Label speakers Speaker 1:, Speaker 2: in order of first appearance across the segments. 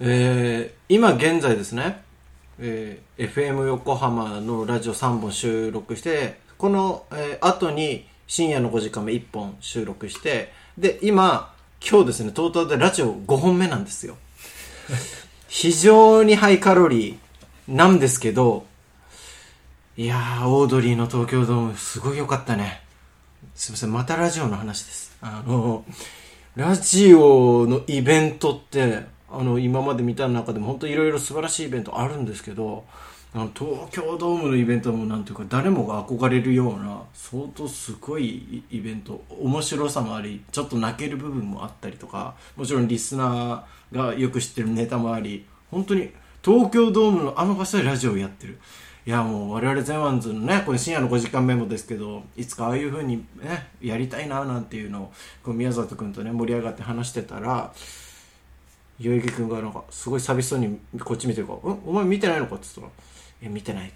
Speaker 1: えー今現在ですね、えー FM 横浜のラジオ3本収録して、この、えー後に深夜の5時間目1本収録して、で、今、今日ですね、トータルでラジオ5本目なんですよ。非常にハイカロリーなんですけど、いやー、オードリーの東京ドーム、すごい良かったね。すいません、またラジオの話です。あの、ラジオのイベントって、あの、今まで見た中でも本当いろいろ素晴らしいイベントあるんですけど、あの、東京ドームのイベントもなんていうか、誰もが憧れるような、相当すごいイベント、面白さもあり、ちょっと泣ける部分もあったりとか、もちろんリスナーがよく知ってるネタもあり、本当に東京ドームのあの場所でラジオをやってる。いやもう我々ゼワンズのね、これ深夜の5時間メモですけど、いつかああいう風にね、やりたいななんていうのを、こう宮里くんとね、盛り上がって話してたら、代々木くんがなんか、すごい寂しそうにこっち見てるから、うんお前見てないのかって言ったら、え、見てないと。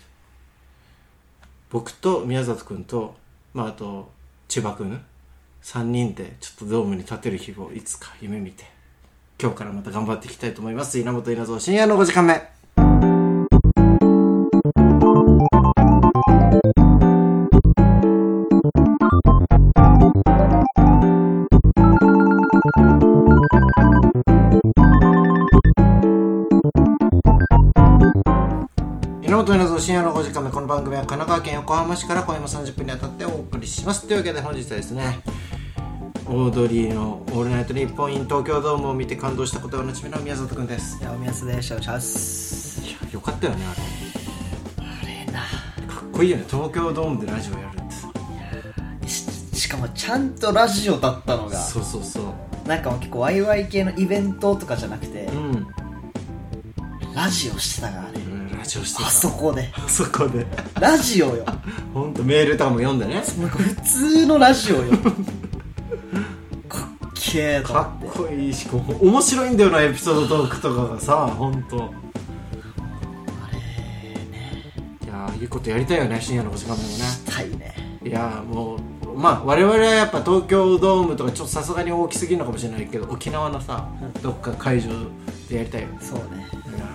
Speaker 1: 僕と宮里くんと、まああと、千葉くん、3人でちょっとドームに立てる日をいつか夢見て、今日からまた頑張っていきたいと思います。稲本稲造深夜の5時間目。稲本稲造深夜の5時間目この番組は神奈川県横浜市から今夜も30分にあたってお送りしますというわけで本日はですねオードリーの「オールナイトニッポン in 東京ドーム」を見て感動したことはおなじみの宮里くんです
Speaker 2: いやおみやすでしょチャス
Speaker 1: いやよかったよねあ
Speaker 2: あれな
Speaker 1: れかっこいいよね東京ドームでラジオやるってさ
Speaker 2: ししかもちゃんとラジオだったのが
Speaker 1: そうそうそう
Speaker 2: なんかもう結構ワイワイ系のイベントとかじゃなくて
Speaker 1: うん
Speaker 2: ラジオしてたからね
Speaker 1: うんラジオして
Speaker 2: あそこで
Speaker 1: あそこで
Speaker 2: ラジオよ
Speaker 1: ほんとメールとかも読んでね
Speaker 2: もう普通のラジ オよかっけえと思
Speaker 1: か
Speaker 2: っ
Speaker 1: ってこいいしこう面白いんだよなエピソードトークとかがさほんと
Speaker 2: あれね
Speaker 1: いやーいいことやりたいよね深夜の5時間目もね
Speaker 2: たいね
Speaker 1: いやーもうまあ我々はやっぱ東京ドームとかちょっとさすがに大きすぎるのかもしれないけど沖縄のさどっか会場でやりたいよね
Speaker 2: そうね
Speaker 1: いや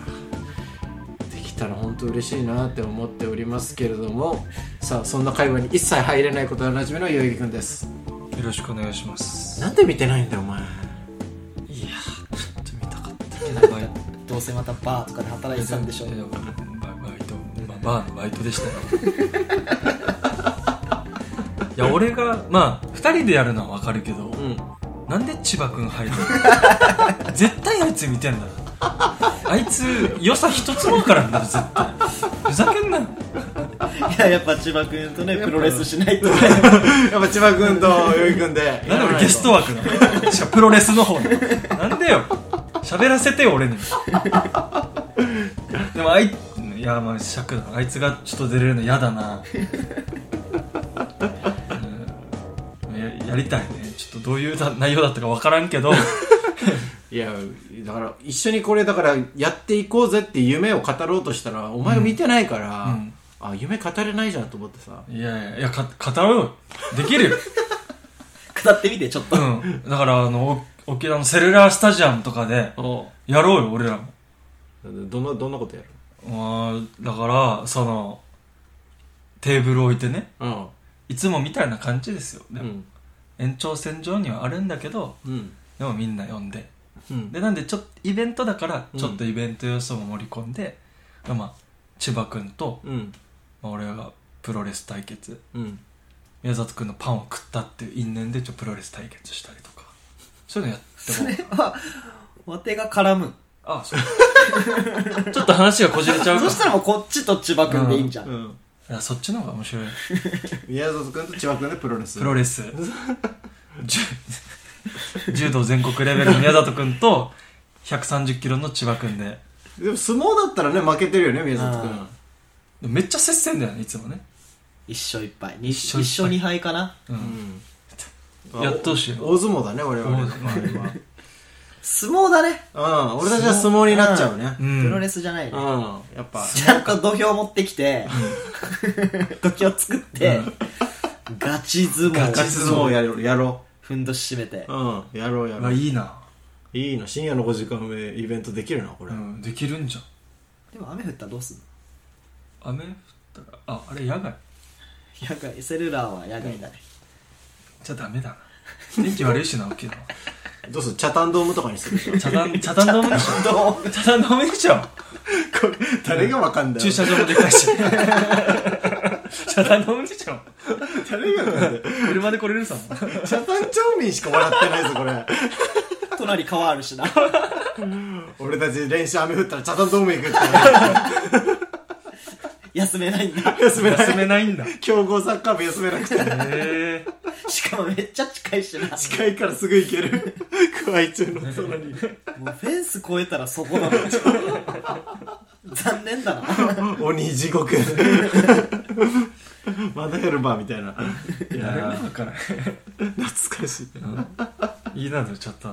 Speaker 1: ーできたら本当嬉しいなって思っておりますけれどもさあそんな会話に一切入れないことはおなじみの代々木くんです
Speaker 3: よろしくお願いします
Speaker 1: なんで見てないんだよお前
Speaker 3: いやちょっと見たかった
Speaker 2: いやなんかどうせまたバーとかで働いてたんでしょ
Speaker 3: いやババイト、まあ、バーのバイトでしたねいや俺がまあ2人でやるのは分かるけど、
Speaker 1: うん
Speaker 3: なんで千葉君入るの絶対あいつ見てんだろあいつ良さ一つも分からんだろ絶対ふざけんなよ
Speaker 2: いややっぱ千葉君とねプロレスしないと
Speaker 1: やっぱ千葉くんと代々木くんで
Speaker 3: なんで俺ゲスト
Speaker 1: は
Speaker 3: 枠なのしゃプロレスの方なのなんでよ喋らせてよ俺にでもあいいやまあ尺だあいつがちょっと出れるの嫌だな、うんややりたいねちょっとどういうだ内容だったか分からんけど
Speaker 1: いやだから一緒にこれだからやっていこうぜって夢を語ろうとしたらお前見てないから、
Speaker 3: うん
Speaker 1: あ夢語れないじゃんと思ってさ
Speaker 3: いやいやいやか語ろうよできるよ、
Speaker 2: 語ってみてちょっと
Speaker 3: うん、だからあのお沖縄のセルラースタジアムとかでやろうよ俺らも
Speaker 1: どんなどんなことやる
Speaker 3: まあだからそのテーブル置いてね
Speaker 1: うん
Speaker 3: いつもみたいな感じですよ、で
Speaker 1: う
Speaker 3: も
Speaker 1: ん
Speaker 3: 延長線上にはあるんだけど
Speaker 1: うん
Speaker 3: でもみんな呼んで
Speaker 1: うん
Speaker 3: でなんでちょっとイベントだから
Speaker 1: うん
Speaker 3: ちょっとイベント要素も盛り込んで、まあ、千葉君と、
Speaker 1: うん
Speaker 3: まあ、俺がプロレス対決
Speaker 1: うん
Speaker 3: 宮里君のパンを食ったっていう因縁でちょっとプロレス対決したりとかそういうのやって
Speaker 2: そ
Speaker 3: も
Speaker 2: れはお手が絡む
Speaker 3: あそう ちょっと話がこじれちゃうか
Speaker 2: そしたらもうこっちと千葉君でいいんじゃん、
Speaker 1: うん
Speaker 3: いやそっちの方が面白い
Speaker 1: 宮里君と千葉君でプロレス
Speaker 3: プロレスじ ゅ柔道全国レベルの宮里君と130キロの千葉君で
Speaker 1: でも相撲だったらね負けてるよね宮里君
Speaker 2: あ
Speaker 3: でもめっちゃ接戦だよねいつもね、
Speaker 2: 一勝一敗に
Speaker 3: 一勝一
Speaker 2: 一勝
Speaker 3: 敗
Speaker 2: 二敗かな
Speaker 3: うん
Speaker 1: うん
Speaker 3: やっとうしい
Speaker 1: 大相撲だね我々
Speaker 3: 俺
Speaker 1: は
Speaker 3: まあまあ
Speaker 2: 相撲だね、
Speaker 1: うん俺たちは相撲になっちゃうね
Speaker 3: う
Speaker 2: プロレ
Speaker 3: ん、
Speaker 2: スじゃないね、
Speaker 1: うんやっぱ
Speaker 2: ちゃんと土俵持ってきて土俵作って、ガチ相撲
Speaker 3: ガ
Speaker 1: ガチ相撲やろうやろ
Speaker 2: ふんどし締めて
Speaker 1: ううんやろうや
Speaker 3: ま
Speaker 1: ろ
Speaker 3: あ
Speaker 1: う
Speaker 3: いいな
Speaker 1: いいな深夜の5時間目イベントできるなこれ、
Speaker 3: うん、できるんじゃん
Speaker 2: でも雨降ったらどうすんの
Speaker 3: 雨降ったらああれ野外
Speaker 2: 野外セルラーは野外だね、
Speaker 3: じゃダメだな天気悪いしな沖縄
Speaker 1: どうするチャタンドームとかにする
Speaker 3: 茶壇茶壇ダメでし
Speaker 2: ど
Speaker 3: ょ茶壇ダメでしょ
Speaker 1: これ誰がわかんだよ
Speaker 3: 駐車場もでか いし茶壇ダメでしょ
Speaker 1: 誰がわかんだよ
Speaker 3: 車で来れ るさも
Speaker 1: チャタン町民しか笑ってないぞこれ
Speaker 2: う隣川あるし な
Speaker 1: 俺たち練習雨降ったらチャタンドーム行くって
Speaker 2: 休めないんだ
Speaker 1: 休めない
Speaker 3: 休めない んだへ
Speaker 1: 強豪サッカー部休めなくて
Speaker 3: え
Speaker 2: しかもめっちゃ近いしな
Speaker 1: 近いからすぐ行ける桑井中の空に
Speaker 2: もうフェンス越えたらそこなの残念だな
Speaker 1: 鬼地 獄まだやるばみたいない
Speaker 3: や
Speaker 1: や
Speaker 3: だから
Speaker 1: 懐かしい
Speaker 3: いいなのちょっと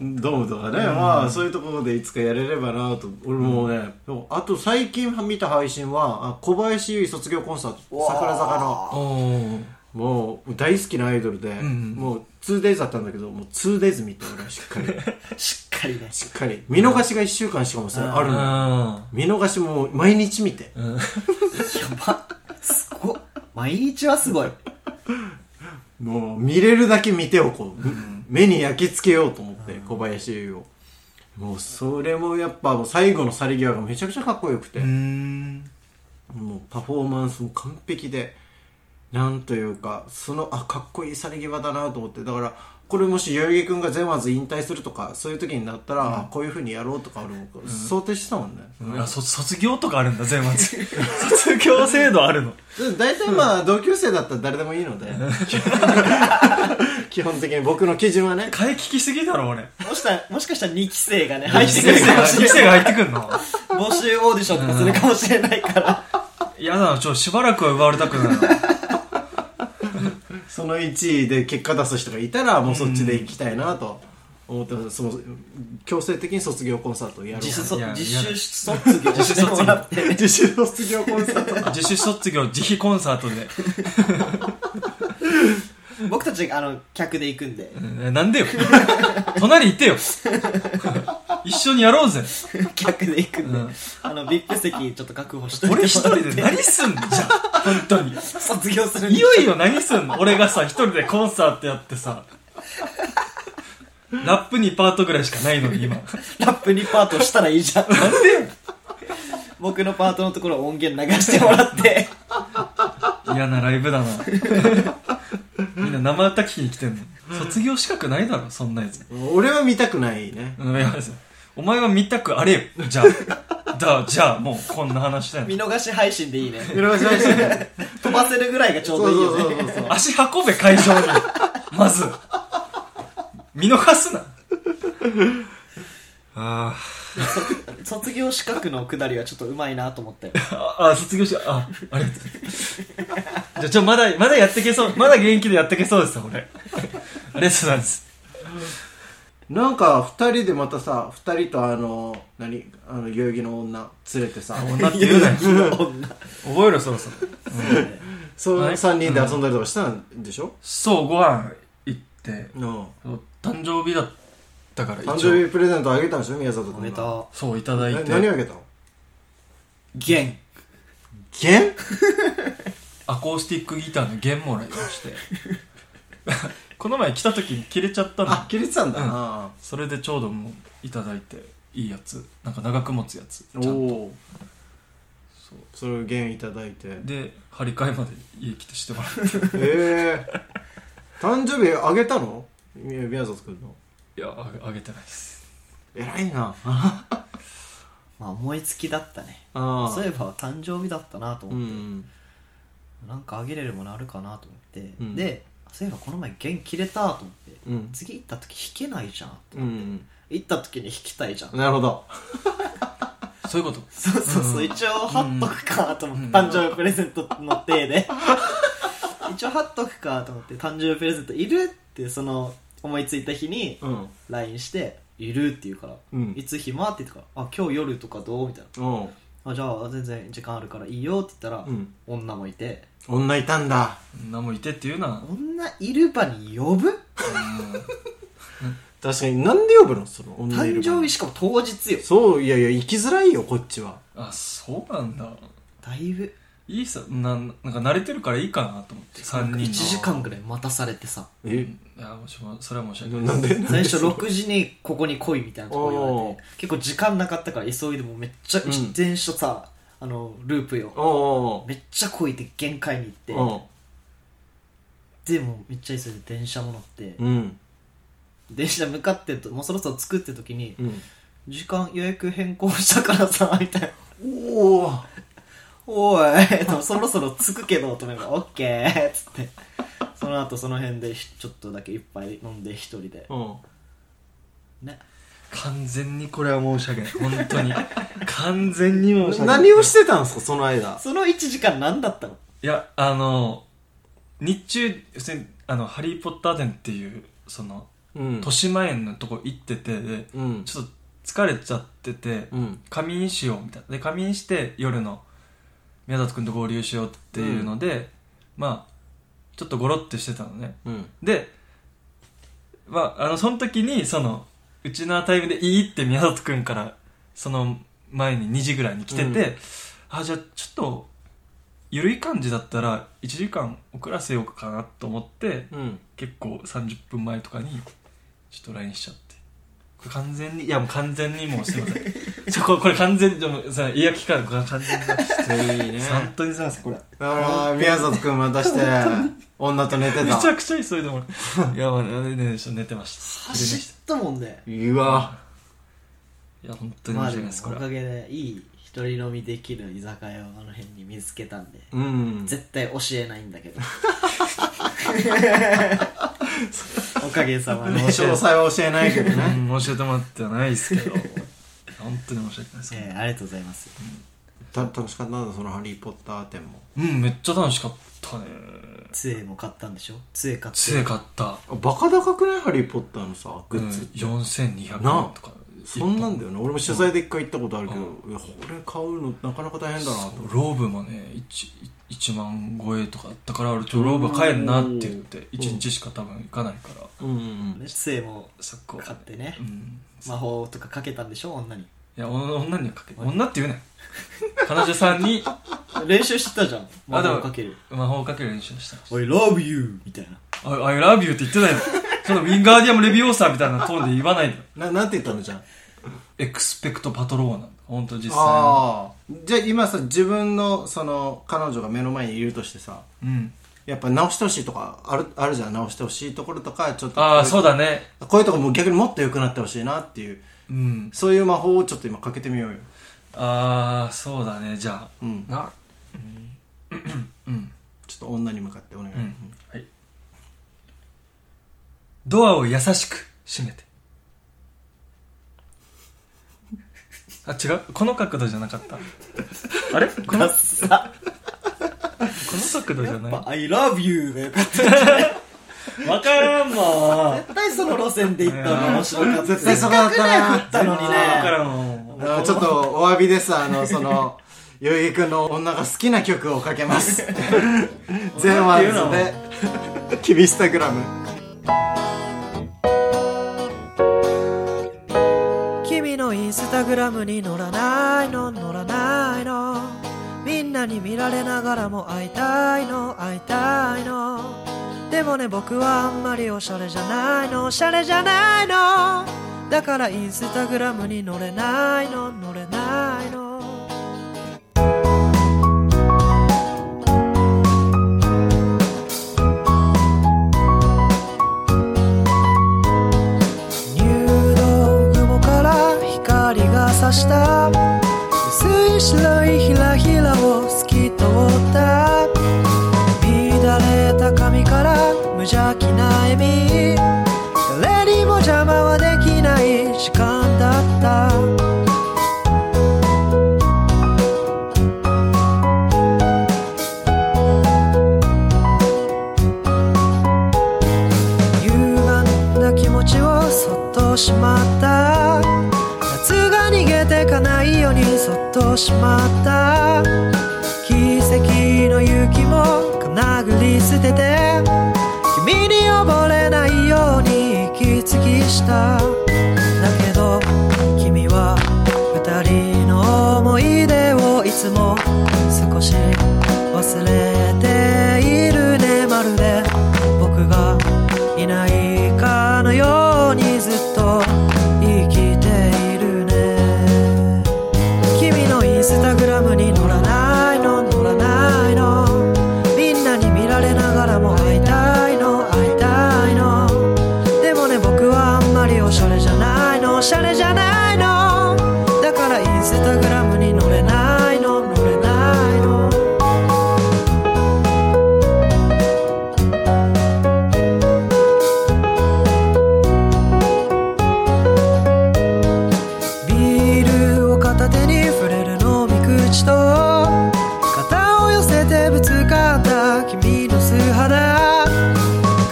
Speaker 1: ドームとかね、まあそういうところでいつかやれればなと俺もね、でもあと最近見た配信はあ小林優衣卒業コンサート桜坂の
Speaker 3: おお
Speaker 1: もう大好きなアイドルで、
Speaker 3: ん
Speaker 1: もう 2days だったんだけどもう 2days 見て俺はしっ かり
Speaker 2: しっかりね
Speaker 1: しっかり見逃しが1週間しかもそれあるのよ
Speaker 3: あ
Speaker 1: 見逃しもう毎日見て
Speaker 3: ーうん
Speaker 2: やばすごっ毎日はすごい
Speaker 1: もう見れるだけ見ておこう、目に焼き付けようと思って、小林優をもうそれもやっぱもう最後の去り際がめちゃくちゃかっこよくて、
Speaker 3: うーん
Speaker 1: もうパフォーマンスも完璧でなんというかそのあかっこいい去り際だなと思ってだからこれもし代々木君がゼマズ引退するとかそういう時になったら、あこういうふうにやろうとか俺も想定してたもんね、
Speaker 3: いやそ卒業とかあるんだ全末 卒業制度あるの
Speaker 1: で大体まあ同級生だったら誰でもいいので 基本的に僕の基準はね
Speaker 3: 替え聞きすぎだろ俺
Speaker 2: もしかもしかしたら2期生がね入ってく
Speaker 3: 二
Speaker 2: るか
Speaker 3: 期生
Speaker 2: も
Speaker 3: が
Speaker 2: し
Speaker 3: 二期
Speaker 2: れ
Speaker 3: 生
Speaker 2: ない
Speaker 3: が入ってくんの
Speaker 2: 募集オーディションとかするかもしれないから
Speaker 3: やだちょしばらくは奪われたくないな
Speaker 1: その1位で結果出す人がいたらもうそっちで行きたいなと思ってます、その強制的に卒業コンサートをやろう
Speaker 2: 実
Speaker 3: いや
Speaker 2: 卒実習卒業してもらって
Speaker 1: 自主卒業コンサート
Speaker 3: 自主卒業自費コンサートで
Speaker 2: 僕たちあの客で行くんで
Speaker 3: うんなんでよ隣行ってよ一緒にやろうぜ
Speaker 2: 客で行くんで、
Speaker 3: うん
Speaker 2: あの VIP 席ちょっと確保して
Speaker 3: 俺一人で何すんのじゃあ本当に
Speaker 2: 卒業するんで
Speaker 3: いよいよ何すんの俺がさ一人でコンサートやってさラップ2パートぐらいしかないのに今
Speaker 2: ラップにパートしたらいいじゃん。なんで僕のパートのところ音源流しても らって、
Speaker 3: 嫌なライブだなみんな生歌聴きに来てんの卒業資格ないだろそんなやつ
Speaker 1: 俺は見たくないね
Speaker 3: うんやばいぞお前は見たくあれよじゃあだじゃあもうこんな話だよ
Speaker 2: 見逃し配信でいいね。
Speaker 1: 見逃し配信で
Speaker 2: 飛ばせるぐらいがちょ
Speaker 1: そ
Speaker 2: うど
Speaker 1: う
Speaker 2: いい
Speaker 1: そう
Speaker 2: よ
Speaker 1: そう
Speaker 2: ね。
Speaker 1: そうそう
Speaker 3: 足運べ会場にまず見逃すなあ
Speaker 2: 卒業資格のくだりはちょっとうまいなと 思って。
Speaker 3: ーああ卒業しあありがとうじゃあちょまだまだやってけそうまだ元気でやってけそうですよ俺ありがとうございます
Speaker 1: なんか2人でまたさ2人とあの何あの代々木の女連れてさ
Speaker 3: 女って言うなよ
Speaker 2: 女
Speaker 3: 覚えろそろそろ
Speaker 1: その
Speaker 3: はい
Speaker 1: 3人で遊んだりとかしたんでしょ、
Speaker 3: そうご飯行って
Speaker 1: うん、
Speaker 3: 誕生日だったから
Speaker 1: 誕
Speaker 3: 一応
Speaker 1: 生日プレゼントあげたんでしょ宮里君
Speaker 2: お
Speaker 1: が
Speaker 2: めでと
Speaker 3: そういただい
Speaker 1: え何
Speaker 3: て
Speaker 1: あげたの
Speaker 2: う。ゲン。
Speaker 1: 弦
Speaker 3: アコースティックギターの弦もらいまして この前来た時に切れちゃった の
Speaker 1: あ切れてたんだ、
Speaker 3: うん
Speaker 1: あ
Speaker 3: それでちょうどもういただいていいやつなんか長く持つやつちゃ
Speaker 1: ー
Speaker 3: んと
Speaker 1: おお
Speaker 3: そう
Speaker 1: それを弦いただいて
Speaker 3: で張り替えまで家来てしてもらっ て
Speaker 1: ええ誕生日あげたのみ宮里君の
Speaker 3: いやあげあげてないです
Speaker 1: 偉いな
Speaker 2: まあ思いつきだったね。
Speaker 1: あ
Speaker 2: そういえば誕生日だったなと
Speaker 1: う
Speaker 2: 思って、
Speaker 1: ん
Speaker 2: なんかあげれるものあるかなと思って、
Speaker 1: うん
Speaker 2: で、そういえばこの前弦切れたと思って、
Speaker 1: うん
Speaker 2: 次行った時弾けないじゃん。
Speaker 1: うん
Speaker 2: 行った時に弾きたいじゃん。
Speaker 1: なるほど
Speaker 3: そういうこと
Speaker 2: そうそうそう、一応貼っとくかと思って、誕生日プレゼントの手 で。一応貼っとくかと思って、誕生日プレゼントいるって、その、思いついた日に
Speaker 1: うん
Speaker 2: LINE して、いるって言うから、
Speaker 1: うん
Speaker 2: いつ暇って言うから、あ、今日夜とかどうみたい
Speaker 1: おう
Speaker 2: な。あ、じゃあ全然時間あるからいいよって言ったら、
Speaker 1: うん
Speaker 2: 女もいて、
Speaker 1: 女いたんだ
Speaker 3: 何もいてっていうな
Speaker 2: 女いる場に呼ぶ
Speaker 1: 確かになんで呼ぶのその女い
Speaker 2: 誕
Speaker 1: る
Speaker 2: 生日しかも当日よ
Speaker 1: そういやいや行きづらいよこっちは
Speaker 3: あそうなんだ
Speaker 2: だいぶ
Speaker 3: いいさなんなんか慣れてるからいいかなと思って3人の
Speaker 2: 1時間ぐらい待たされてさ
Speaker 1: え
Speaker 3: いやもしもそれは申し訳ない
Speaker 1: なんで
Speaker 2: 最初6時にここに来いみたいなとこ言わ
Speaker 1: お
Speaker 2: れ
Speaker 1: ー
Speaker 2: て結構時間なかったから急いでもうめっちゃ
Speaker 1: うん
Speaker 2: 自転車さ、あのループよ
Speaker 1: お
Speaker 2: めっちゃこいて限界に
Speaker 1: う
Speaker 2: 行っ
Speaker 1: お
Speaker 2: てでもうめっちゃ急いで電車も乗って
Speaker 1: ううん
Speaker 2: 電車向かってるともうそろそろ着くって時に
Speaker 1: うん
Speaker 2: 時間予約変更したからさ みたいな
Speaker 1: おお
Speaker 2: おい、えっとそろそろ着くけど、と思えば、オッケーっつって。その後、その辺で、ちょっとだけ一杯飲んで、一人で。
Speaker 1: うん
Speaker 2: ね。
Speaker 3: 完全にこれは申し訳ない本 当に完全に申し訳ない
Speaker 1: 何をしてたんですかその間
Speaker 2: その1時間何だったの
Speaker 3: いやあの日中普通にあのハリー・ポッター展っていうその
Speaker 1: うん
Speaker 3: 豊島園のとこ行っててで
Speaker 1: うん
Speaker 3: ちょっと疲れちゃってて
Speaker 1: うん
Speaker 3: 仮眠しようみたいなで仮眠して夜の宮里君と合流しようっていうので、まあちょっとゴロってしてたのね
Speaker 1: うん
Speaker 3: でまああのその時にそのうちのタイムでいいって宮里君からその前に2時ぐらいに来てて、
Speaker 1: うん
Speaker 3: あじゃあちょっと緩い感じだったら1時間遅らせようかなと思って
Speaker 1: うん
Speaker 3: 結構30分前とかにちょっと LINE しちゃってこれ完全にいやもう完全にもうすいませ んちょこれこれ完全にでもさ医薬期間これ完全に
Speaker 1: いいね
Speaker 3: 本当にすいませんこれ
Speaker 1: だから宮里君待たして女と寝て
Speaker 3: め
Speaker 1: た
Speaker 3: ちゃくちゃ急いでも らういやまあねねちょっと寝てました
Speaker 2: 走ったもんね。
Speaker 1: うわ
Speaker 3: いや本当に
Speaker 2: ま
Speaker 3: 申
Speaker 2: あでも、
Speaker 3: し訳ないです
Speaker 2: お
Speaker 3: これは
Speaker 2: かげで、いい一人飲みできる居酒屋をあの辺に見つけたんで。
Speaker 1: うん
Speaker 2: 絶対教えないんだけ ど。おかげさまで。
Speaker 1: 詳細は教えないけどね
Speaker 3: うん教えてもらってはないです けど本当に申し訳ないです、
Speaker 2: えーありがとうございます。
Speaker 1: た楽しかったんだその「ハリー・ポッター」展も
Speaker 3: うんめっちゃ楽しかったね
Speaker 2: 杖も買ったんでしょ杖買って。
Speaker 3: 杖買った、
Speaker 1: あバカ高くないハリー・ポッターのさグ
Speaker 3: うん、
Speaker 1: ッズって、
Speaker 3: 4200円
Speaker 1: なあ
Speaker 3: とか
Speaker 1: そんなんだ
Speaker 3: よ
Speaker 1: よね俺も取材で一回行ったことあるけど、いやこれ買うのなかなか大変だなと
Speaker 3: ローブもね 1, 1万超えとかあったから俺ちょローブ買えんなって言って
Speaker 1: ん
Speaker 3: 1日しか多分行かないから
Speaker 1: うんうん
Speaker 2: ね杖も
Speaker 3: そこ
Speaker 2: 買ってね
Speaker 3: う。ん
Speaker 2: 魔法とかかけたんでしょ女に。
Speaker 3: いやお女にはかけ女って言うなよ彼女さんに
Speaker 2: 練習してたじゃん魔
Speaker 3: あでも
Speaker 2: 法かける
Speaker 3: 魔法をかける練習した
Speaker 2: 「I love you」みたいな
Speaker 3: 「I, I love you」って言ってないのそのウィンガーディアム・レビオーサーみたいなトーンで言わないの
Speaker 1: ななんて言ったのじゃん
Speaker 3: エクスペクト・パトローナ本当実際に
Speaker 1: ああじゃあ今さ自分のその彼女が目の前にいるとしてさ
Speaker 3: うん
Speaker 1: やっぱ直してほしいとかあるあるじゃん直してほしいところとかちょっと
Speaker 3: ああ
Speaker 1: こ
Speaker 3: そうだね
Speaker 1: ういうこういうとこも逆にもっと良くなってほしいなっていう
Speaker 3: うん
Speaker 1: そういう魔法をちょっと今かけてみようよ
Speaker 3: ああそうだねじゃあ
Speaker 1: うん
Speaker 3: な
Speaker 1: ちょっと女に向かってお願い、
Speaker 3: うんはいドアを優しく閉めてあ違うこの角度じゃなかったあれこのこ
Speaker 2: ダッサ
Speaker 3: の角度じゃな
Speaker 2: 「
Speaker 3: い
Speaker 2: I love you」がよかった
Speaker 3: わからんもん
Speaker 2: 絶対その路線で行ったの面白かった
Speaker 1: 絶対そこだったな
Speaker 2: せっかくね食ったのに
Speaker 3: わか
Speaker 2: ね
Speaker 3: らんもん
Speaker 1: あのちょっとお詫びですあのその代々木君の女が好きな曲をかけます全ワンズで「キビスタグラム」
Speaker 4: 君のインスタグラムに載らないの載らないのみんなに見られながらも会いたいの会いたいのでもね僕はあんまりおしゃれじゃないのおしゃれじゃないのだからインスタグラムに載れないの載れないの入道雲から光が差した薄い白いひらひらを透き通った乱れた髪から無邪気な笑み誰にも邪魔はできない時間だった歪んだ気持ちをそっとしまった夏が逃げてかないようにそっとしまった奇跡の勇気もかなぐり捨てて君に溺れないように息継ぎしただけど君は二人の思い出をいつも少し忘れているねまるで僕がいないかのようにずっと生きているね君のインスタグラムに載らないの載らないのみんなに見られながらも会いたいの会いたいのでもね僕はあんまりおしゃれじゃないのおしゃれじゃないのだからインスタグラムに載れないの載れないのビールを片手に触れる飲み口と肩を寄せてぶつかった君の素肌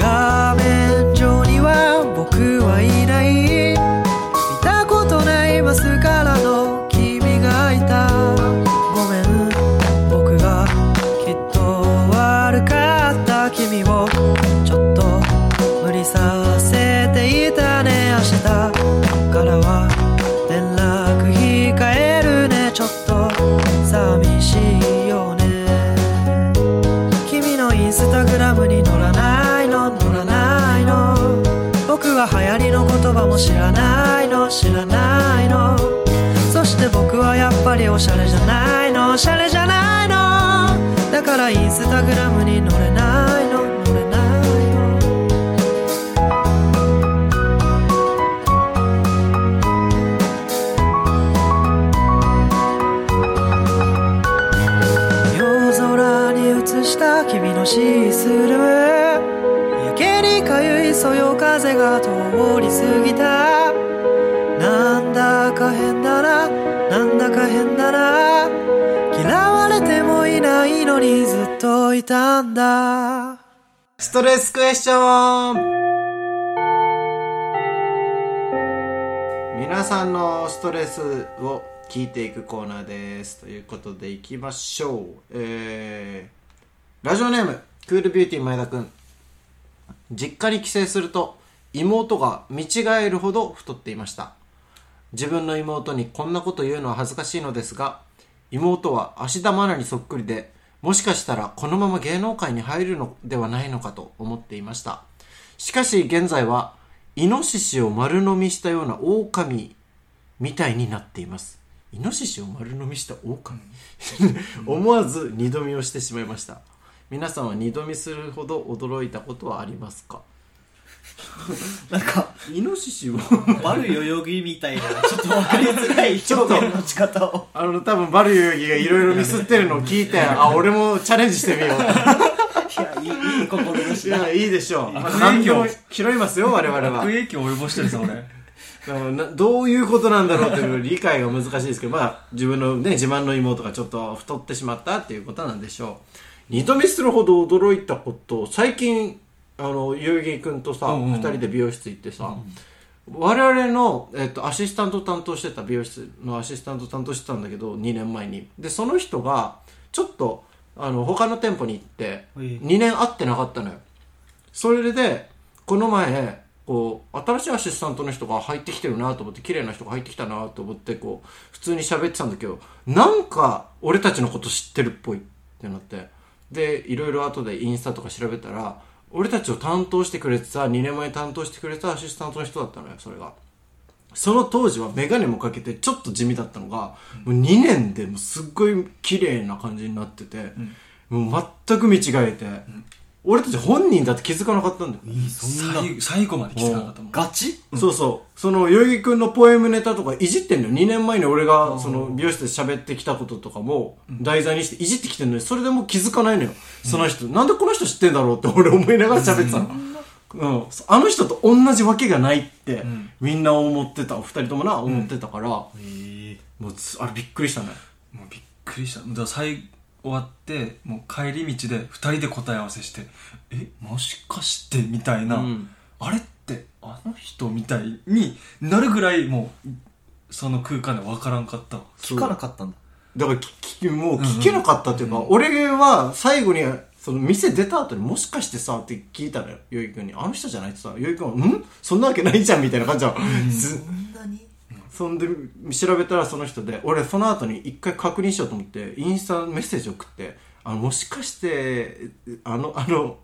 Speaker 4: 画面上には僕はいない見たことないマスカラの君がいたごめん僕がきっと悪かった君をちょっと無理させていたね明日からは連絡控えるねちょっと寂しいよね君のインスタグラムに載らないの載らないの僕は流行りの言葉も知らないの知らないのそして僕はやっぱりおしゃれじゃないのおしゃれじゃないのだからインスタグラムに載れないの載れないの夜空に映した君のシースルーやけにかゆいそよ風が通り過ぎたなんだか変だななんだか変だな嫌われてもいないのにずっといたんだ
Speaker 1: ストレスクエスチョン皆さんのストレスを聞いていくコーナーですということでいきましょうえー、ラジオネームクールビューティー前田くん実家に帰省すると妹が見違えるほど太っていました自分の妹にこんなこと言うのは恥ずかしいのですが妹は芦田愛菜にそっくりでもしかしたらこのまま芸能界に入るのではないのかと思っていましたしかし現在はイノシシを丸飲みしたような狼みたいになっていますイノシシを丸飲みした狼思わず二度見をしてしまいました皆さんは二度見するほど驚いたことはありますか
Speaker 2: なんか
Speaker 1: イノシシを
Speaker 2: バル代々木みたいなちょっと分かりづらい表現の仕方を
Speaker 1: あの多分バルユギがいろいろミスってるのを聞いてあ俺もチャレンジしてみよう
Speaker 2: いやいいいい心 で
Speaker 1: い
Speaker 2: した
Speaker 1: やいいでしょう
Speaker 3: 悪
Speaker 1: 環
Speaker 3: 影響
Speaker 1: 境拾いますよ我々は
Speaker 3: 悪影響及ぼしてるぞ俺
Speaker 1: だからなどういうことなんだろうっていう理解が難しいですけど、まあ、自分のね、自慢の妹がちょっと太ってしまったっていうことなんでしょう。二度見するほど驚いたこと、最近、あの、ゆうぎくんとさ、
Speaker 3: うんうんうん
Speaker 1: 二人で美容室行ってさ、我々の、えっと、アシスタント担当してた、美容室のアシスタント担当してたんだけど、2年前に。で、その人が、ちょっと、あの、他の店舗に行って、
Speaker 2: はい
Speaker 1: 2年会ってなかったのよ。それでこの前こう新しいアシスタントの人が入ってきてるなと思って綺麗な人が入ってきたなと思ってこう普通に喋ってたんだけどなんか俺たちのこと知ってるっぽいってなってでいろいろ後でインスタとか調べたら俺たちを担当してくれてた2年前に担当してくれてたアシスタントの人だったのよそれが。その当時はメガネもかけてちょっと地味だったのが、もう2年でもうすっごい綺麗な感じになってて、もう全く見違えて、俺たち本人だって気づかなかったんだよ。
Speaker 3: 最最後まで来てなかったもん
Speaker 2: ガチ
Speaker 1: そうそう。その、代々木くんのポエムネタとかいじってんのよ。2年前に俺が、その、美容室で喋ってきたこととかも、題材にしていじってきてんのに、それでもう気づかないのよ。その人、なんでこの人知ってんだろうって俺思いながら喋ってたの。うん、あの人と同じわけがないって、
Speaker 3: ん
Speaker 1: みんな思ってた、お二人ともな、思ってたから、もうつ、あれびっくりしたね。
Speaker 3: もうびっくりしただから最終わってもう帰り道で2人で答え合わせして「えもしかして」みたいな、
Speaker 1: うん
Speaker 3: あれってあの人みたいになるぐらいもうその空間で分からんかったわ
Speaker 2: 聞かなかったんだ
Speaker 1: だから聞き、もう聞けなかったっていうか、俺は最後に、その店出た後にもしかしてさって聞いたらよ、よいくんに、あの人じゃないってさ、よいくんは、んそんなわけないじゃんみたいな感じだ、す
Speaker 2: んなに
Speaker 1: そんで調べたらその人で、俺その後に一回確認しようと思って、インスタメッセージ送って、あの、もしかして、あの、あの、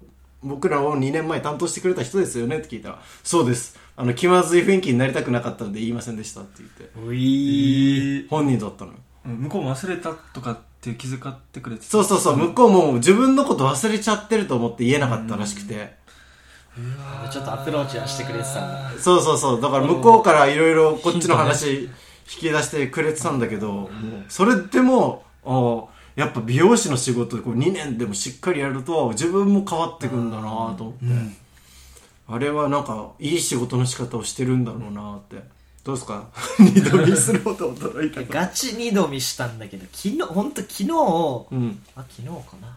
Speaker 1: 僕らを2年前担当してくれた人ですよねって聞いたら、そうです。あの、気まずい雰囲気になりたくなかったんで言いませんでしたって言って、
Speaker 2: うい
Speaker 1: 本人だったのよ。
Speaker 3: うん向こうも忘れたとかって気遣ってくれてた
Speaker 1: そうそうそう、向こうも自分のこと忘れちゃってると思って言えなかったらしくて。
Speaker 3: わー
Speaker 2: ちょっとアプローチはしてくれてたんだ
Speaker 1: そうそうそう。だから向こうからいろいろこっちの話引き出してくれてたんだけど、もうそれでも、あやっぱ美容師の仕事でこう2年でもしっかりやると自分も変わってくんだなと思って、
Speaker 3: うん
Speaker 1: あれはなんかいい仕事の仕方をしてるんだろうなって。どうです か二度見するほど驚いたか。
Speaker 2: ガチ二度見したんだけど昨日本当昨
Speaker 1: う
Speaker 2: 日
Speaker 1: ん。
Speaker 2: あ昨日かな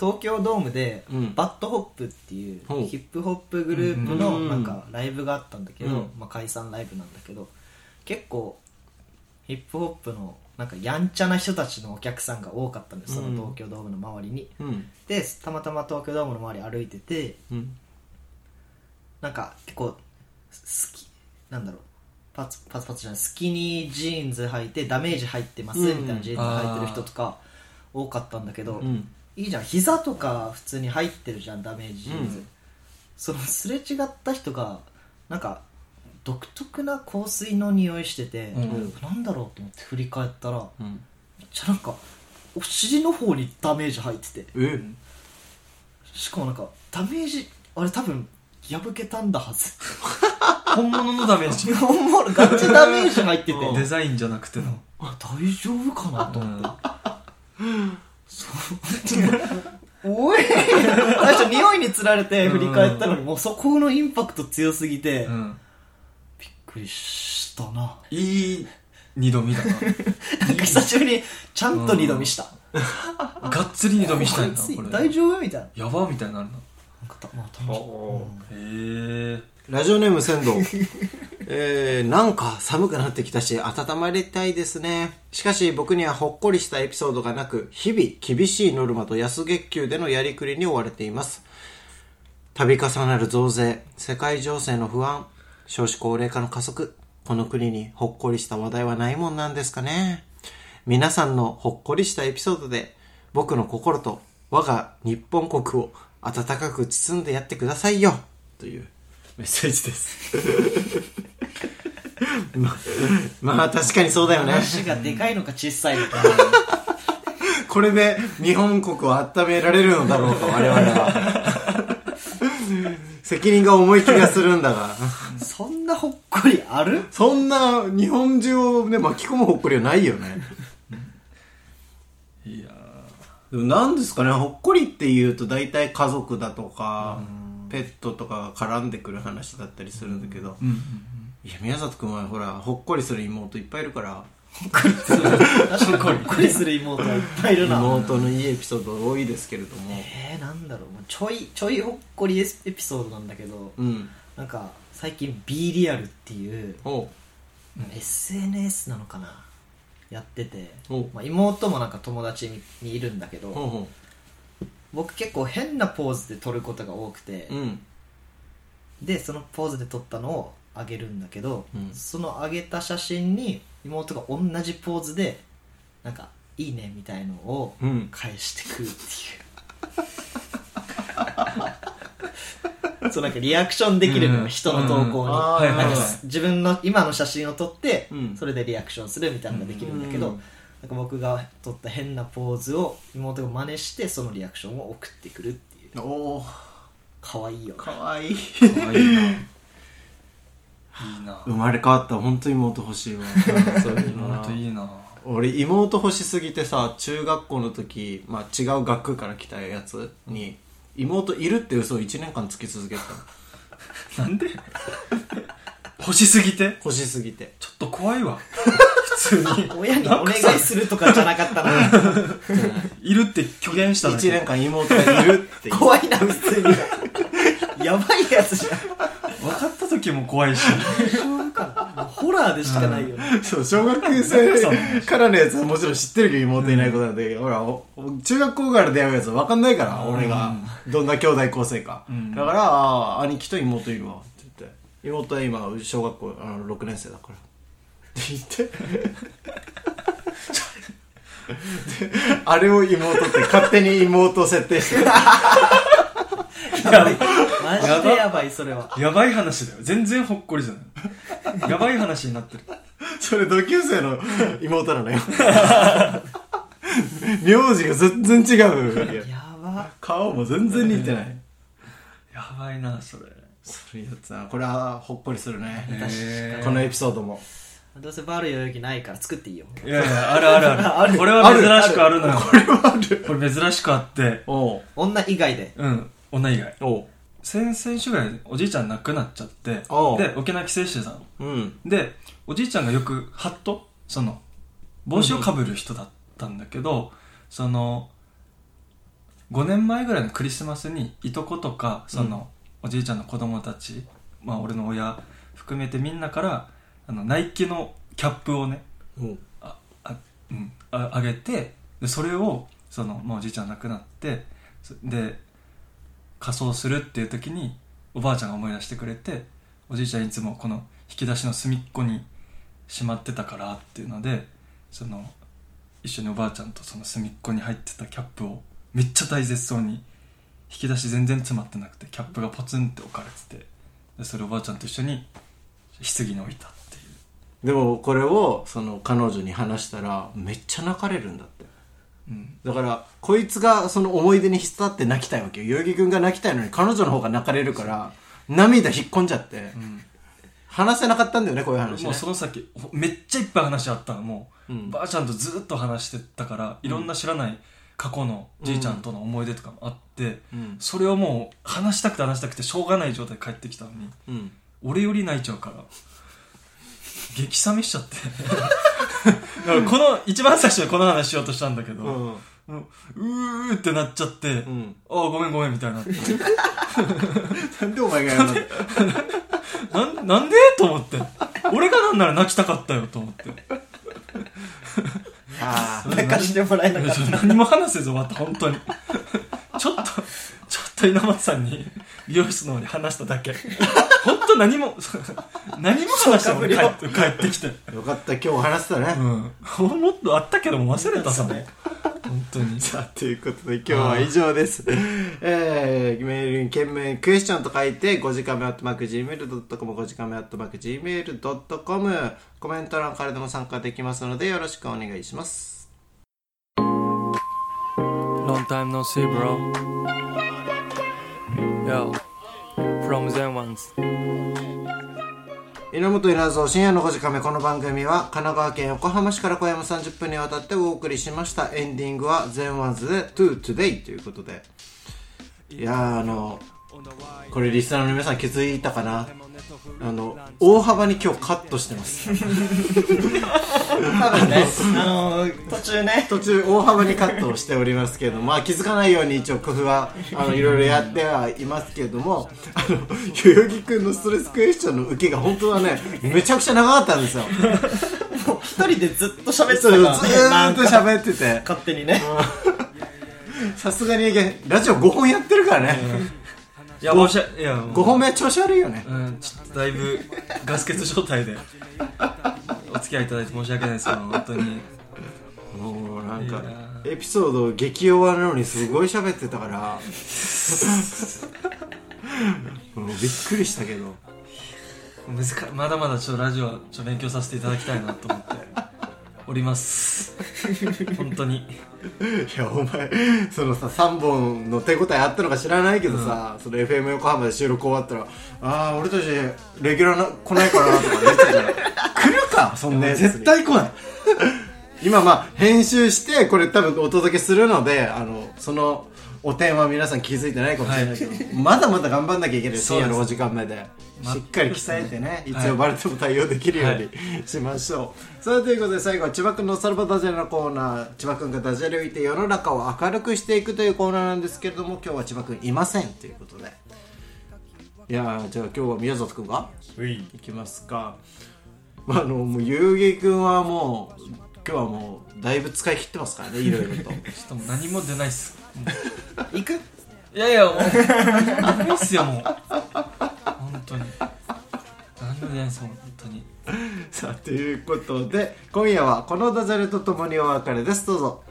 Speaker 2: 東京ドームで、
Speaker 1: うん
Speaker 2: バッドホップっていう
Speaker 1: ほう
Speaker 2: ヒップホップグループの
Speaker 1: うん
Speaker 2: なんかライブがあったんだけど、
Speaker 1: うん
Speaker 2: まあ、解散ライブなんだけど結構ヒップホップのなんかやんちゃな人たちのお客さんが多かったんですその
Speaker 1: うん
Speaker 2: 東京ドームの周りに、
Speaker 1: うん。
Speaker 2: でたまたま東京ドームの周り歩いてて
Speaker 1: うん。
Speaker 2: なんか結構す好きなんだろうパツパツパツじゃないスキニージーンズ履いてダメージ入ってますみたいなジーンズ履いてる人とか多かったんだけど、
Speaker 1: うん。
Speaker 2: いいじゃん膝とか普通に入ってるじゃんダメージジーンズ、
Speaker 1: うん
Speaker 2: そのすれ違った人がなんか独特な香水の匂いしてて、
Speaker 3: うん
Speaker 2: なんだろうと思って振り返ったらめ
Speaker 1: うん。
Speaker 2: っちゃなんかお尻の方にダメージ入ってて
Speaker 1: え
Speaker 2: しかもなんかダメージあれ多分破けたんだはず
Speaker 3: 本物のダメ ージ
Speaker 2: 日本もガチダメージ入ってて
Speaker 1: うん
Speaker 3: デザインじゃなくての
Speaker 2: あ大丈夫かなと思って、おい最初匂いにつられて振り返ったのに、もうそこのインパクト強すぎて、
Speaker 3: うんうん
Speaker 2: びっくりしたな。
Speaker 3: いい二度見だ
Speaker 2: なんか久しぶりにちゃんと二度見した。
Speaker 3: ながっつり二度見したいんだ
Speaker 2: こいつ
Speaker 3: これ
Speaker 2: 大丈夫みたいな。
Speaker 3: やばみたいになる
Speaker 2: なん
Speaker 3: な
Speaker 2: かた、まあ、楽しい。
Speaker 3: へえ
Speaker 1: ラジオネーム仙道。えー、なんか寒くなってきたし、温まりたいですね。しかし僕にはほっこりしたエピソードがなく、日々厳しいノルマと安月給でのやりくりに追われています。度重なる増税、世界情勢の不安、少子高齢化の加速、この国にほっこりした話題はないもんなんですかね。皆さんのほっこりしたエピソードで、僕の心と我が日本国を温かく包んでやってくださいよというメッセージです。 ままあ確かにそうだよね。
Speaker 2: 話がでかいのか小さいのか。
Speaker 1: これで日本国を温められるのだろうか、我々は。 責任が重い気がするんだが。
Speaker 2: そんなほっこりある
Speaker 1: そんな日本中をね、巻き込むほっこりはないよね。
Speaker 3: いや
Speaker 1: で
Speaker 3: ー
Speaker 1: もなんですかね、ほっこりっていうと大体家族だとか、ペットとかが絡んでくる話だったりするんだけど、
Speaker 3: うん
Speaker 1: いや、宮里くんはほら、ほっこりする妹いっぱいいるから、
Speaker 2: 確かにほっこりする妹はいっぱいいるな。
Speaker 1: 妹のいいエピソード多いですけれども、
Speaker 2: えー、なんだろうもうちょいちょいほっこりエスエピソードなんだけど、
Speaker 1: うん。
Speaker 2: なんか最近 B リアルっていう
Speaker 1: おう、
Speaker 2: SNS なのかなやってて、
Speaker 1: おう、
Speaker 2: まあ、妹もなんか友達ににいるんだけ
Speaker 1: ほう
Speaker 2: ど
Speaker 1: ほ
Speaker 2: 僕結構変なポーズで撮ることが多くて
Speaker 1: う、うん、
Speaker 2: でそのポーズで撮ったのをあげるんだけど、
Speaker 1: うん
Speaker 2: そのあげた写真に妹が同じポーズでなんか「いいね」みたいのを
Speaker 1: うん。
Speaker 2: 返してくるっていう そうなんかリアクションできるのよ、
Speaker 3: うん
Speaker 2: 人の投
Speaker 3: う
Speaker 2: 稿
Speaker 3: ん
Speaker 2: に、
Speaker 1: あー
Speaker 3: はいはいはい
Speaker 2: 自分の今の写真を撮って、
Speaker 1: うん
Speaker 2: それでリアクションするみたいなのができるんだけど、
Speaker 1: うん
Speaker 2: なんか僕が撮った変なポーズを妹が真似してそのリアクションを送ってくるっていう
Speaker 1: おー、
Speaker 2: 可愛いよね
Speaker 1: かわいい。
Speaker 3: 可愛いないいな
Speaker 1: 生まれ変わったら本当妹欲しいわ。そういうのな
Speaker 3: 妹いいな
Speaker 1: 俺妹欲しすぎてさ中学校の時、まあ、違う学区から来たやつに妹いるって嘘を1年間つき続けてたの
Speaker 3: なんで欲しすぎて
Speaker 1: 欲しすぎて
Speaker 3: ちょっと怖いわ普通に
Speaker 2: 親にお願いするとかじゃなかったな
Speaker 3: いるって虚言した
Speaker 1: 1
Speaker 3: だけ
Speaker 1: 年間妹がいる って言う
Speaker 2: 怖いな普通にやばいやつじゃん
Speaker 3: 分かった時も怖いし
Speaker 2: 大丈夫かなもうホラーでしかないよね、
Speaker 1: そう、小学生からのやつはもちろん知ってるけど妹いないことなんだけど、ほら、お中学校から出会うやつは分かんないから、俺が。どんな兄弟構成か。
Speaker 3: ん
Speaker 1: だから、あー兄貴と妹いるわ、って言って。妹は今、小学校あの6年生だから。って言って。であれを妹って勝手に妹を設定してる。
Speaker 3: やばい
Speaker 2: マジでやばいそれは
Speaker 3: やばい話だよ全然ほっこりじゃないやばい話になってる
Speaker 1: それ同級生の妹な のよ。名字が全然違うわけよ。
Speaker 2: やば
Speaker 1: 顔も全然似てない。
Speaker 3: やばいなそれ
Speaker 1: それやつな、これはほっこりするね。
Speaker 3: え
Speaker 1: このエピソードも。
Speaker 2: どうせバール代々木ないから作っていいよ
Speaker 3: いやいやあるある あるこれは珍しくあるのよこれはあるこれ珍しくあって
Speaker 1: おう
Speaker 2: 女以外で
Speaker 3: うん女以外
Speaker 1: おう
Speaker 3: 先々週ぐらいおじいちゃん亡くなっちゃって
Speaker 1: おう
Speaker 3: で沖縄帰省してたの
Speaker 1: うん。
Speaker 3: でおじいちゃんがよくハットその帽子をかぶる人だったんだけど、その5年前ぐらいのクリスマスにいとことかその、おじいちゃんの子供たち、まあ、俺の親含めてみんなからあのナイキのキャップをね
Speaker 1: うん。
Speaker 3: ああ,、うん、ああげてでそれをその、まあ、おじいちゃん亡くなってそで仮装するっていう時におばあちゃんが思い出してくれておじいちゃんいつもこの引き出しの隅っこにしまってたからっていうのでその一緒におばあちゃんとその隅っこに入ってたキャップをめっちゃ大絶そうに引き出し全然詰まってなくてキャップがポツンって置かれててでそれおばあちゃんと一緒に棺に置いたっていう
Speaker 1: でもこれを、その彼女に話したら、めっちゃ泣かれるんだって。
Speaker 3: うん
Speaker 1: だから、こいつがその思い出に浸って泣きたいわけよ。代々木くんが泣きたいのに彼女の方が泣かれるから、涙引っ込んじゃって、
Speaker 3: うん
Speaker 1: 話せなかったんだよね、こういう話
Speaker 3: も
Speaker 1: ね
Speaker 3: う。その先ほめっちゃいっぱい話あったのもう、
Speaker 1: うん
Speaker 3: ばあちゃんとずっと話してたからいろんな知らない過去のじいちゃんとの思い出とかもあって、
Speaker 1: うん。
Speaker 3: それをもう話したくて話したくてしょうがない状態で帰ってきたのに
Speaker 1: うん。
Speaker 3: 俺より泣いちゃうから激冷めしちゃってだからこの一番最初にこの話しようとしたんだけど、
Speaker 1: うん。
Speaker 3: もううーってなっちゃって、
Speaker 1: うん。
Speaker 3: ああごめんごめんみたいになって
Speaker 1: なんでお前がやるの
Speaker 3: なんなんでと思って俺がなんなら泣きたかったよと思って
Speaker 1: あ
Speaker 2: 泣かしてもらえなかった
Speaker 3: 何も話せず終わった本当に ちょっとちょっと稲松さんに美容室の方に話しただけ本当何も そう何も話しても帰って帰ってきて、
Speaker 1: あ。よかった、今日話せた
Speaker 3: う
Speaker 1: ね。
Speaker 3: ん、もっとあったけども忘れたさ本当に
Speaker 1: さあ、ということで今日は以上です。えー、メールに懸命にクエスチョンと書いて、5時間目アットマーク Gmail.com、5時間目アットマーク Gmail.com、コメント欄からでも参加できますので、よろしくお願いします。
Speaker 5: Long time no see, bro. Yo, from Zen ones.
Speaker 1: 稲本稲造深夜の5時間目この番組は神奈川県横浜市から小山30分にわたってお送りしましたエンディングは「全ワンズで To Today」ということでいやーあのこれリスナーの皆さん気づいたかなあの大幅に今日カットしてます
Speaker 2: 多分ねあのー途中ね
Speaker 1: 途中大幅にカットをしておりますけどまあ気づかないように一応工夫はあ のいろいろやってはいますけどもあの代々木くんのストレスクエスチョンの受けが本当はねめちゃくちゃ長かったんですよ
Speaker 2: 一人でずっと喋って
Speaker 1: そ
Speaker 2: た
Speaker 1: う
Speaker 2: か
Speaker 1: ず
Speaker 2: らね
Speaker 1: ーっと
Speaker 2: なんか
Speaker 1: 喋ってて
Speaker 2: 勝手にね
Speaker 1: さすがにラジオ5本やってるからね、
Speaker 3: いや申し訳いやもう
Speaker 1: 5本目は調子悪いよね
Speaker 3: うんちょっとだいぶガス欠状態でお付き合いいただいて申し訳ないですけど本当に
Speaker 1: もうなんか
Speaker 3: いや
Speaker 1: エピソード激弱なのにすごい喋ってたから もうびっくりしたけど
Speaker 3: 難しまだまだちょっとラジオはちょっと勉強させていただきたいなと思って おります本当に
Speaker 1: いやお前そのさ3本の手応えあったのか知らないけどさ、その FM 横浜で収録終わったら「ああ俺たちレギュラーな来ないかな」とか言ってたじゃん来るかそんなやつに
Speaker 2: 絶対来ない
Speaker 1: 今まあ編集してこれ多分お届けするのであのそのお点は皆さん気づいてないかもしれないけど、まだまだ頑張んなきゃいけない深
Speaker 3: そうで
Speaker 1: 夜
Speaker 3: す
Speaker 1: のお時間目で
Speaker 3: ま
Speaker 1: しっかり鍛えてね、い
Speaker 3: はい
Speaker 1: つ呼ばれても対応できるように、
Speaker 3: はい
Speaker 1: しましょうさあということで最後は千葉くんのサルバダジャレのコーナー千葉くんがダジャレを言って世の中を明るくしていくというコーナーなんですけれども今日は千葉くんいませんということでいやーじゃあ今日は宮里くんがいきますかまあ、あのもう遊戯君はもう今日はもうだいぶ使い切ってますからねいろいろ と
Speaker 3: ちょっともう何も出ないっす
Speaker 2: 行く
Speaker 3: いやいやもう何もっすよもう本当に何も出ないっす本当に
Speaker 1: さあということで今夜はこのダジャレとともにお別れですどうぞ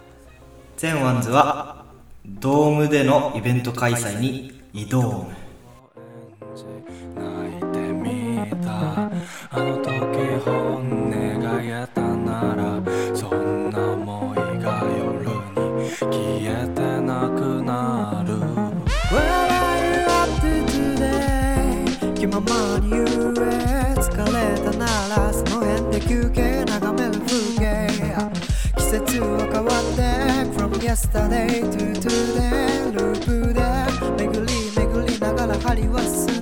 Speaker 2: 全ワンズはドームでのイベント開催に移動
Speaker 4: 泣いてみたあの時本音が言えたならそんな思いが夜に消えてなくなる What are you up to today? 気ままに言え疲れたならその辺で休憩眺める風景季節は変わって From yesterday to today ループで巡り巡りながら針は進